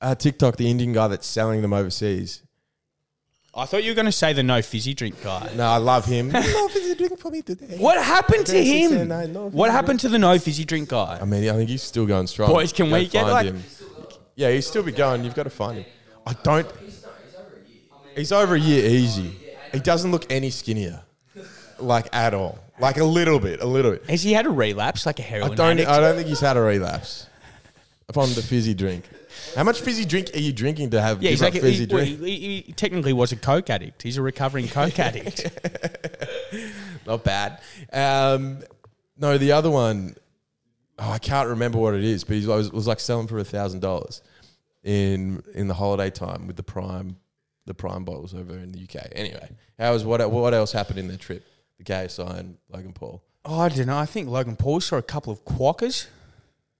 uh, TikTok? The Indian guy that's selling them overseas. I thought you were going to say the no fizzy drink guy. No, I love him. Love is a drink for me today. What happened to Yes, he him? said, "I love What you." happened to the no fizzy drink guy? I mean, I think he's still going strong. Boys, can Go we get, find like- Him. Yeah, he's still be going. You've got to find him. I don't. He's over a year easy. He doesn't look any skinnier, like at all. Like a little bit, a little bit. Has he had a relapse, like a I heroin don't. addict? I don't think he's had a relapse. Upon the fizzy drink, how much fizzy drink are you drinking to have? yeah, he's like different fizzy he, well, drink. he- he technically was a coke addict. He's a recovering coke addict. Not bad. Um, no, the other one, oh, I can't remember what it is, but he was, was like selling for a thousand dollars. in in the holiday time with the prime the prime bottles over in the UK. Anyway, how was what what else happened in their trip? The KSI and Logan Paul, Oh, I don't know. I think Logan Paul saw a couple of quackers.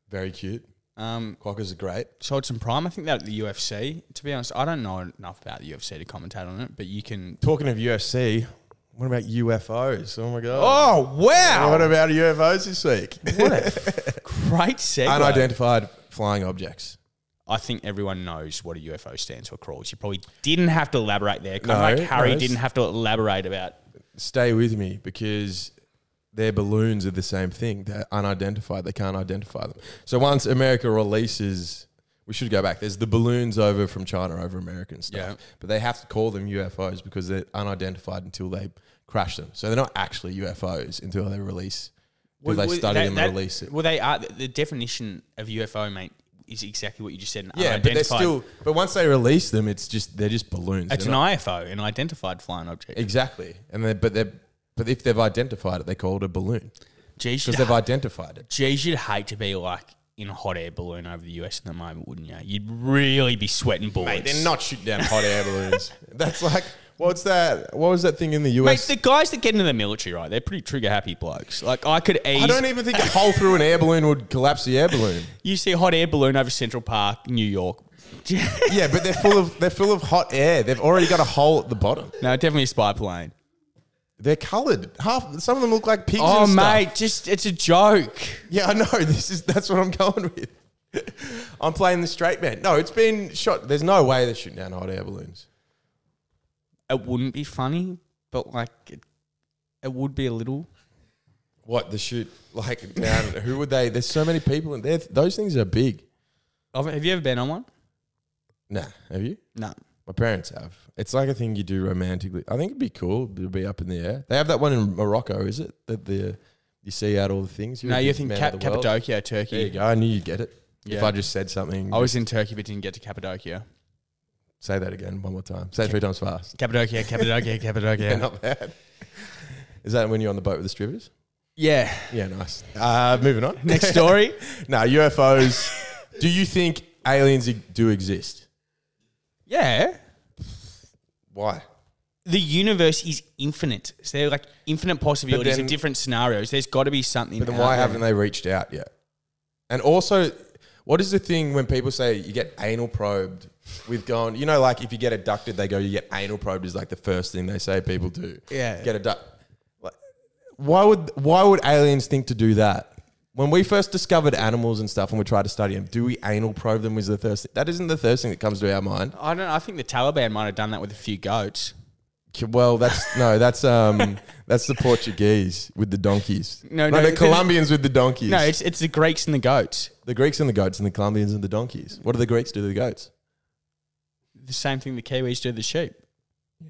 very cute. Um, Quackers are great. sold some prime. I think that at the UFC. To be honest, I don't know enough about the UFC to commentate on it, but you can. Talking of UFC, what about UFOs? Oh my god! Oh wow! What about UFOs this week? What a great segue. Unidentified flying objects. I think everyone knows what a UFO stands for, crawls. You probably didn't have to elaborate there. Kind No, of like Harry no, it's- didn't have to elaborate about. Stay with me because their balloons are the same thing. They're unidentified. They can't identify them. So once America releases, we should go back. There's the balloons over from China over American stuff, Yeah. but they have to call them UFOs because they're unidentified until they crash them. So they're not actually UFOs until they release. Until they study them and release it. Well, they are. The definition of UFO, mate, is exactly what you just said. an Yeah, but they're unidentified- still. But once they release them, it's just they're just balloons. It's They're an not- IFO, an identified flying object. exactly, and they but they are but if they've identified it, they call it a balloon Geez, because you'd, they've identified it. geez, you'd hate to be like in a hot air balloon over the US at the moment, wouldn't you? You'd really be sweating bullets. They're not shooting down hot air balloons. That's like what's that? What was that thing in the Mate, US? the guys that get into the military, right? They're pretty trigger happy blokes. Like I could ease. I don't even think a hole through an air balloon would collapse the air balloon. you see a hot air balloon over Central Park, New York. Yeah, but they're full of they're full of hot air. They've already got a hole at the bottom. no, definitely a spy plane. They're coloured. Half some of them look like pigs. Oh, and stuff. mate, just it's a joke. Yeah, I know. This is that's what I'm going with. I'm playing the straight man. No, it's been shot. There's no way they're shooting down hot air balloons. It wouldn't be funny, but like it, it would be a little. What the shoot? Like down? who would they? There's so many people in there. Those things are big. I've- Have you ever been on one? Nah, have you? No. My parents have. It's like a thing you do romantically. I think it'd be cool to be up in the air. They have that one in Morocco, is it? That the you see out all the things. You're No, a you big think man Cap- of the world. Cappadocia, Turkey. There you go. I knew you'd get it. If Yeah. I just said something, I was in Turkey but didn't get to Cappadocia. say that again one more time. Say it three times fast. Cappadocia, Cappadocia, Yeah, Cappadocia. not bad. Is that when you're on the boat with the strippers? Yeah. Yeah, nice. Uh, moving on. Next story. now, UFOs. do you think aliens e- do exist? yeah. Why? The universe is infinite. So there are like infinite possibilities then- of different scenarios. There's got to be something. But then out why there. haven't they reached out yet? And also, what is the thing when people say you get anal probed with going, you know, like if you get abducted, they go, you get anal probed is like the first thing they say people do. Yeah. Get abducted. Why would, why would aliens think to do that? When we first discovered animals and stuff and we tried to study them, do we anal probe them? Is the first that isn't the first thing that comes to our mind. I don't know. I think the Taliban might have done that with a few goats. K- Well, that's no, that's um, that's the Portuguese with the donkeys. No, no, no, the it's- Colombians with the donkeys. No, it's it's the Greeks and the goats. the Greeks and the goats, and the Colombians and the donkeys. What do the Greeks do to the goats? The same thing the Kiwis do to the sheep.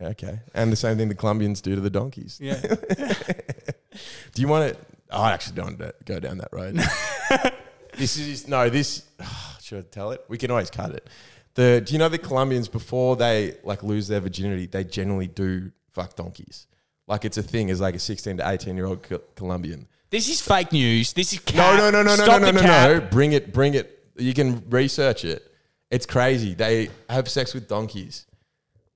Yeah, okay. And the same thing the Colombians do to the donkeys. Yeah. Do you want to? oh, I actually don't want to go down that road. this is no. This ah, should I tell it? We can always cut it. The do you know the Colombians before they like lose their virginity, they generally do fuck donkeys. Like it's a thing as like a sixteen to eighteen year old Col- Colombian. this is fake news. This is No, cap. no, no, no, no, Stop no, the no, cap. no, no. Bring it, bring it. You can research it. It's crazy. They have sex with donkeys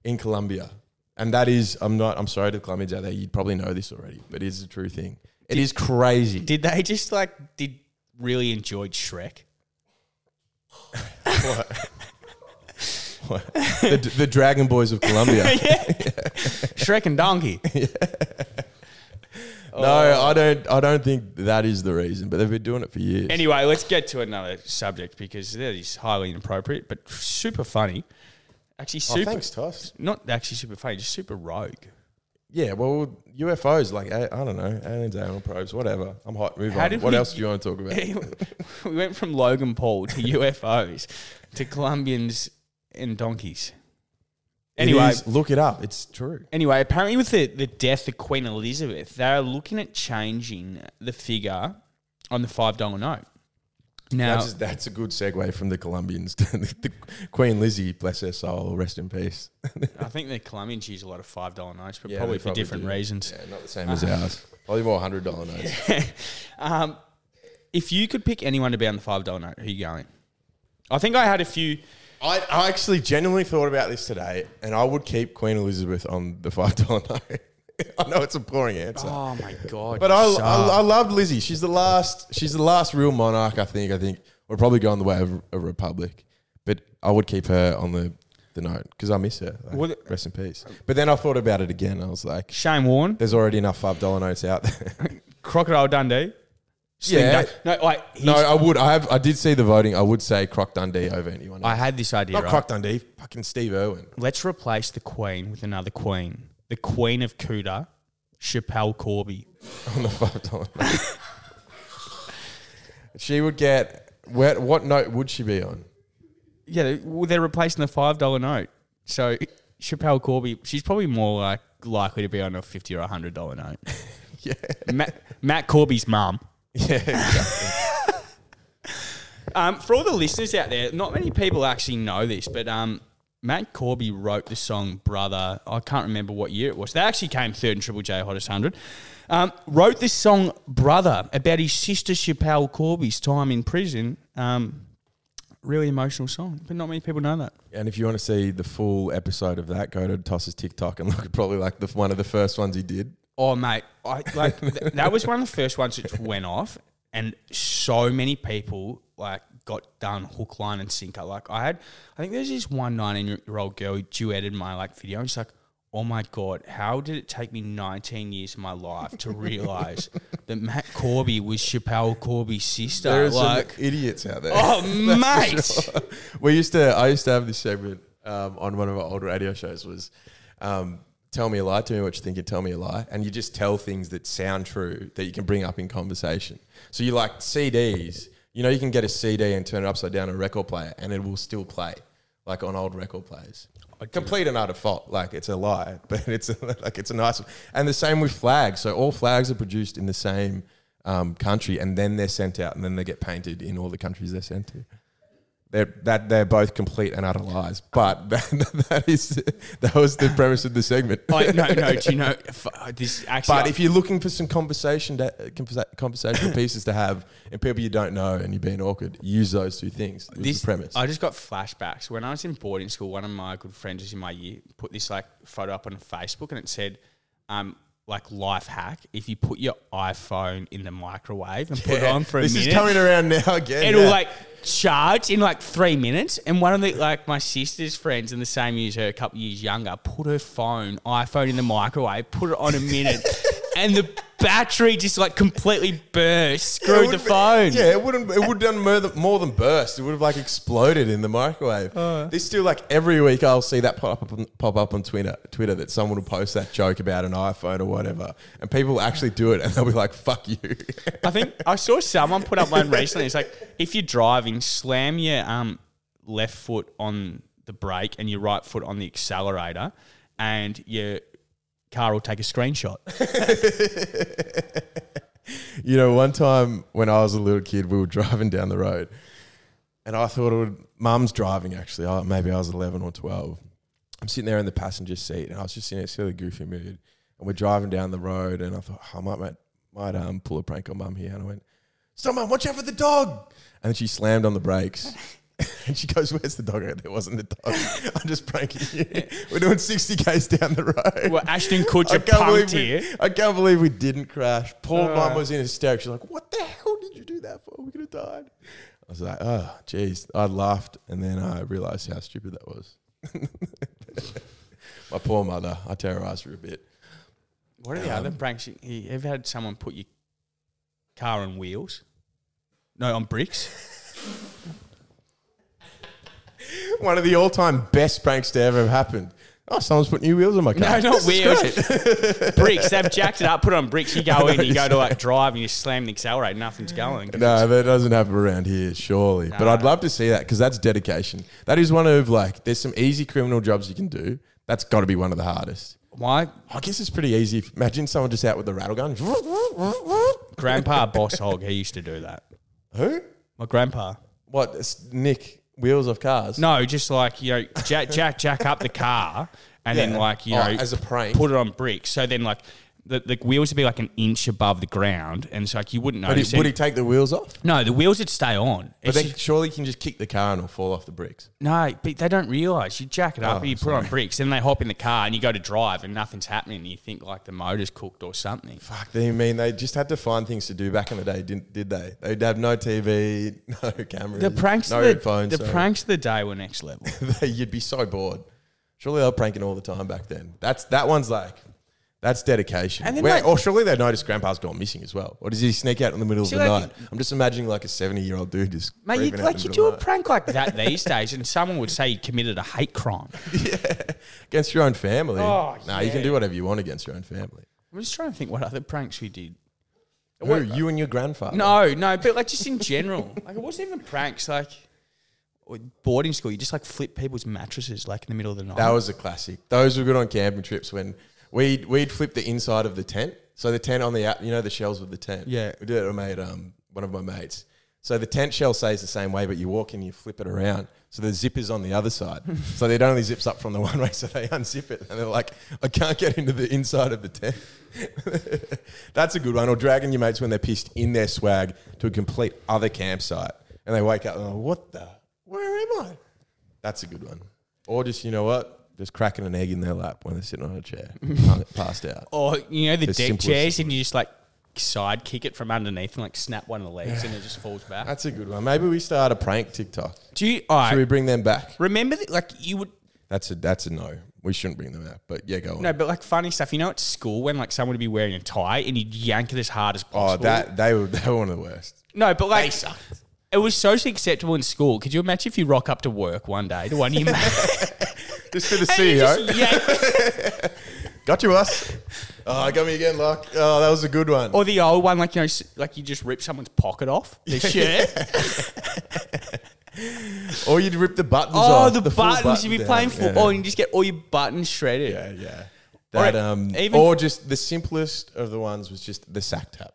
in Colombia. And that is, I'm not, I'm sorry to the Colombians out there. You'd probably know this already, but it is a true thing. It is crazy. Did they just like did really enjoyed Shrek? the, the Dragon Boys of Colombia. Shrek and Donkey. No, I don't, I don't think that is the reason, but they've been doing it for years. Anyway, let's get to another subject because that is highly inappropriate, but super funny. Actually, Oh, super thanks, Toss. not actually super funny, just super rogue. Yeah, well, UFOs, like, I, I don't know, aliens, animal probes, whatever. I'm hot. Move How on. did What we- else do you want to talk about? we went from Logan Paul to UFOs to Colombians and donkeys. It Anyway, is- look it up. It's true. Anyway, apparently with the, the death of Queen Elizabeth, they are looking at changing the figure on the five dollar note. Now, That's, just- that's a good segue from the Colombians to the, the Queen Lizzie, bless her soul, rest in peace. I think the Colombians use a lot of five dollar notes, but Yeah, probably they for probably different do. reasons. Yeah, not the same as ours. Probably more hundred dollar notes. Um, if you could pick anyone to be on the five dollar note, who you going? I think I had a few I, I actually genuinely thought about this today, and I would keep Queen Elizabeth on the five dollar note. I know it's a boring answer, Oh my god! but you I, suck. I I love Lizzie. She's the last. She's the last real monarch. I think. I think we're probably going the way of a republic, but I would keep her on the the note because I miss her. Like, Well, the- rest in peace. But then I thought about it again. I was like, Shane Warne, there's already enough five dollar notes out there. Crocodile Dundee. Sling Yeah. Dun- no, like no, he's- I would. I have. I did see the voting. I would say Croc Dundee over anyone. I else. had this idea. Not right? Croc Dundee. Fucking Steve Irwin. Let's replace the Queen with another Queen. The Queen of Cuda, Chappelle Corby. on the five dollar note. she would get what, what note would she be on? Yeah, they- well, they're replacing the five dollar note. So Chappelle Corby, she's probably more like likely to be on a fifty or a hundred dollar note. Yeah, Matt, Matt Corby's mum. yeah. exactly. Um, for all the listeners out there, not many people actually know this, but um, Matt Corby wrote the song "Brother." I can't remember what year it was. They actually came third in Triple J Hottest Hundred. Um, wrote this song "Brother" about his sister Chappelle Corby's time in prison. Um, really emotional song, but not many people know that. And if you want to see the full episode of that, go to Toss's TikTok and look at probably like the one of the first ones he did. Oh mate, I like th- that was one of the first ones that went off, and so many people like got done hook, line, and sinker. Like I had, I think there's this one 19 year old girl who duetted my like video, and she's like, "Oh my god, how did it take me 19 years of my life to realize that Matt Corby was Chappelle Corby's sister?" There are like, some idiots out there. oh mate, we used to I used to have this segment um, on one of our old radio shows was um, tell me a lie, tell me what you think, and tell me a lie, and you just tell things that sound true that you can bring up in conversation. So you like CDs, you know, you can get a CD and turn it upside down on a record player, and it will still play like on old record players. Complete and utter fault, like it's a lie, but it's like it's a nice. And the same with flags. So all flags are produced in the same um, country, and then they're sent out, and then they get painted in all the countries they're sent to. They're, that they're both complete and utter lies. But that, that is that was the premise of the segment. I, no, no, do you know f- this actually? But if you're looking for some conversation to, conversa- conversational pieces to have and people you don't know and you're being awkward, use those two things. This this the premise. I just got flashbacks when I was in boarding school. One of my good friends was in my year put this like photo up on Facebook, and it said, um, like life hack: if you put your iPhone in the microwave and put it on for a this minute, is coming around now again. it'll yeah. like charge in like three minutes. And one of the like my sister's friends in the same year as her, a couple years younger, put her phone, iPhone in the microwave, put it on a minute, and the battery just like completely burst, It screwed the would be- phone. Yeah, it wouldn't. It would have done more than, more than burst. It would have like exploded in the microwave. Uh. There's still like every week I'll see that pop up on, pop up on Twitter. Twitter that someone will post that joke about an iPhone or whatever, and people actually do it, and they'll be like, "Fuck you." I think I saw someone put up one recently. It's like if you're driving, slam your um, left foot on the brake and your right foot on the accelerator, and your car will take a screenshot. You know, one time when I was a little kid, we were driving down the road, and I thought it would. Mum's driving actually. I, maybe I was eleven or twelve. I'm sitting there in the passenger seat, and I was just in a silly, goofy mood. And we're driving down the road, and I thought "Oh, I might might, might um, pull a prank on Mum here. And I went, "Stop, Mum! Watch out for the dog!" And then she slammed on the brakes. And she goes, "Where's the dog?" I go, There wasn't a dog. I'm just pranking you. We're doing 60 k's down the road. Well, Ashton Kutcher believe punked we, here. I can't believe we didn't crash. Poor Uh. mum was in hysterics. She's like, "What the hell did you do that for? We could have died." I was like, "Oh, jeez." I laughed, and then I realized how stupid that was. My poor mother. I terrorized her a bit. What are the other pranks? You, you ever had someone put your car on wheels? No, on bricks. One of the all-time best pranks to ever have happened. Oh, someone's put new wheels on my No, car. not wheels. bricks. They've jacked it up, put it on bricks. You go in, you go to like drive, and you slam the accelerator. Nothing's going. No, that doesn't happen around here, surely. But I'd love to see that because that's dedication. That is one of like, there's some easy criminal jobs you can do. That's got to be one of the hardest. My I guess it's pretty easy. If- Imagine someone just out with a rattle gun. Who? grandpa boss hog. He used to do that. My grandpa. What? It's Nick wheels off cars? No, just like you know, jack jack jack up the car, and then Yeah. like you Oh, know, as a prank. put it on bricks. So then like the, the wheels would be like an inch above the ground, and it's like you wouldn't But notice. he, it. would he take the wheels off? no, the wheels would stay on. But It's then just- surely you can just kick the car and it'll fall off the bricks. no, but they don't realise. You jack it up, Oh, you put it on bricks, then they hop in the car and you go to drive, and nothing's happening. And you think like the motor's cooked or something. Fuck, they mean they just had to find things to do back in the day, didn't did they? They'd have no TV, no cameras, The pranks, no of the, phones. the sorry. pranks of the day were next level. You'd be so bored. Surely they were pranking all the time back then. That's that one's like that's dedication. And then Where- they- or surely they noticed Grandpa's gone missing as well. Or does he sneak out in the middle of See, the I night? I'm just imagining like a 70 year old dude just Mate, you, creeping out in like the you middle do of a the night. prank like that these days, and someone would say you committed a hate crime. against your own family. Oh, nah, you can yeah. do whatever you want against your own family. I'm just trying to think what other pranks we did. Who, you and your grandfather? No, no, but like just in general, like it wasn't even pranks. Like or boarding school, you just like flip people's mattresses like in the middle of the night. That was a classic. Those were good on camping trips when we'd we'd flip the inside of the tent. So the tent on the out, you know, the shells of the tent. Yeah. we did it. with a mate, um, one of my mates. So the tent shell stays the same way, but you walk and you flip it around. So the zip is on the other side. so it only zips up from the one way. So they unzip it and they're like, I can't get into the inside of the tent. That's a good one. Or dragging your mates when they're pissed in their swag to a complete other campsite and they wake up and they're like, what the? Where am I? That's a good one. Or just, you know what? Just cracking an egg in their lap when they're sitting on a chair, passed out. or you know the, The deck simplest chairs, and you just like side kick it from underneath and like snap one of the legs, and it just falls back. That's a good one. Maybe we start a prank TikTok. Do you? All Should we right, bring them back? remember that? Like you would That's a that's a no. We shouldn't bring them back. But yeah, go on. no, but like funny stuff. You know, at school when like someone would be wearing a tie, and you'd yank it as hard as possible. oh, that they were they were one of the worst. No, but like it was socially acceptable in school. Could you imagine if you rock up to work one day to one of your mates Just for the and you CEO. just yank- got you, us. Oh, got me again, Locke. Oh, that was a good one. or the old one, like you know, s- like you just rip someone's pocket off their shirt. Or you'd rip the buttons Oh, off. the, full buttons! button you'd be down. playing Yeah. football and you just get all your buttons shredded. Yeah, yeah. Or That it- um, even- or just the simplest of the ones was just the sack tap.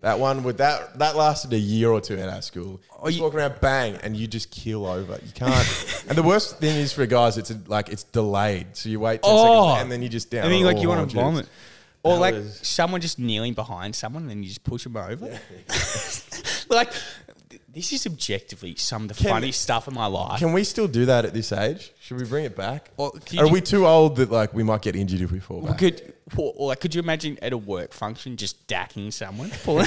That one with that that lasted a year or two at our school. just Oh, you- walk around, bang, and you just keel over. You can't. and the worst thing is for guys, it's like it's delayed, so you wait 10 Oh. seconds and then you just down. And then on like all you want to launches. vomit. Or That like was- someone just kneeling behind someone and then you just push them over. like th- this is objectively some of the funny stuff in my life. Can we still do that at this age? Should we bring it back? Or can you Are ju- we too old that like we might get injured if we fall back? could or, or like could you imagine at a work function just dacking someone? Pulling-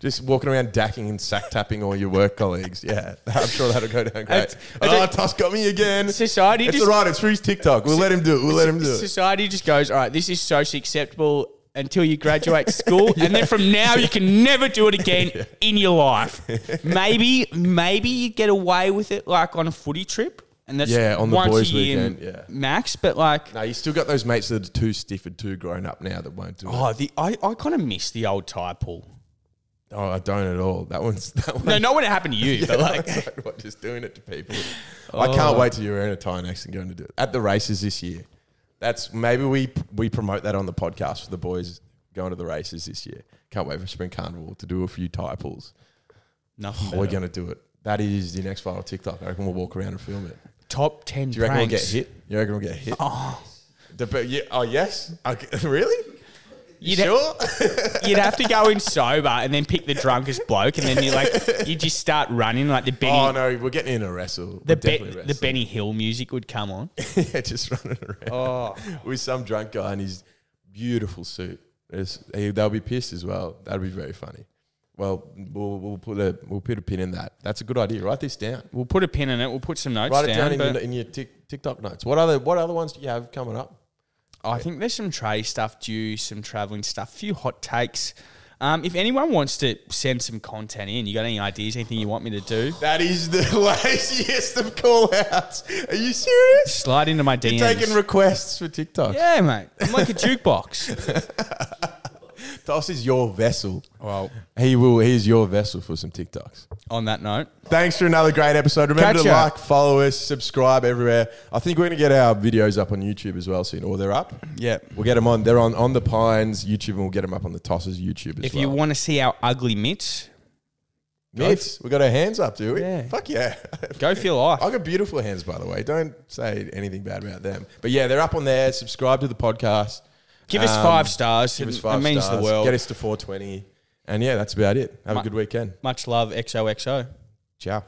Just walking around dacking and sack tapping all your work colleagues. Yeah, I'm sure that'll go down It's- great. it's Oh, like- Tusk got me again. Society It's just- all right. It's for his TikTok. We'll let him do it. We'll let him do it. Society just goes, all right, this is socially acceptable until you graduate school, and then from now you can never do it again in your life. Maybe, maybe you get away with it like on a footy trip, and that's Yeah, on the once boys' a year weekend, yeah. max. But like, No, you still got those mates that are too stiff and too grown up now that won't do it. Oh, oh, the I, I kind of miss the old tie pull. Oh, I don't at all. That one's that one. No, not when it happened to you, but like, Oh. like, what, just doing it to people. I can't wait till you're in a tie next and going to do it at the races this year. That's maybe we we promote that on the podcast for the boys going to the races this year. Can't wait for Spring Carnival to do a few tie pulls. nothing. We're better. gonna do it. That is the next viral TikTok. I reckon we'll walk around and film it. Top ten. Do you reckon pranks. we'll get hit? You reckon we'll get hit? Oh, oh yes. Okay. really? You'd, sure. you'd have to go in sober and then pick the drunkest bloke, and then you like you just start running like the Benny oh no, we're getting in a wrestle. The, We're definitely Be- the Benny Hill music would come on. wrestling. yeah, just running around Oh. with some drunk guy in his beautiful suit. It's- he- they'll be pissed as well. That'd be very funny. Well, we'll, we'll put a we'll put a pin in that. That's a good idea. Write this down. We'll put a pin in it. We'll put some notes Write it down. down in but your, in your tic, TikTok notes. What other what other ones do you have coming up? I think there's some tray stuff due, some traveling stuff, a few hot takes. Um, if anyone wants to send some content in, you got any ideas, anything you want me to do, That is the laziest of call outs. Are you serious? slide into my DMs. Taking requests for TikTok. yeah, mate. I'm like a jukebox. Toss is your vessel. well, He will. He's your vessel for some TikToks. on that note, Thanks for another great episode. Remember Catch to ya. like, follow us, subscribe everywhere. I think we're going to get our videos up on YouTube as well soon, or they're up. Yeah. We'll get them on. They're on, on the Pines YouTube, and we'll get them up on the Tossers YouTube as if well. you want to see our ugly mitts, Mitts, we got our hands up, do we? Yeah. Fuck yeah. go for your life. I've got beautiful hands, by the way. Don't say anything bad about them. But yeah, they're up on there. Subscribe to the podcast. Give us five stars. Um, Give us It- five it means stars, the world. Get us to 420. And yeah, that's about it. Have a good weekend. Much love, XOXO. Ciao.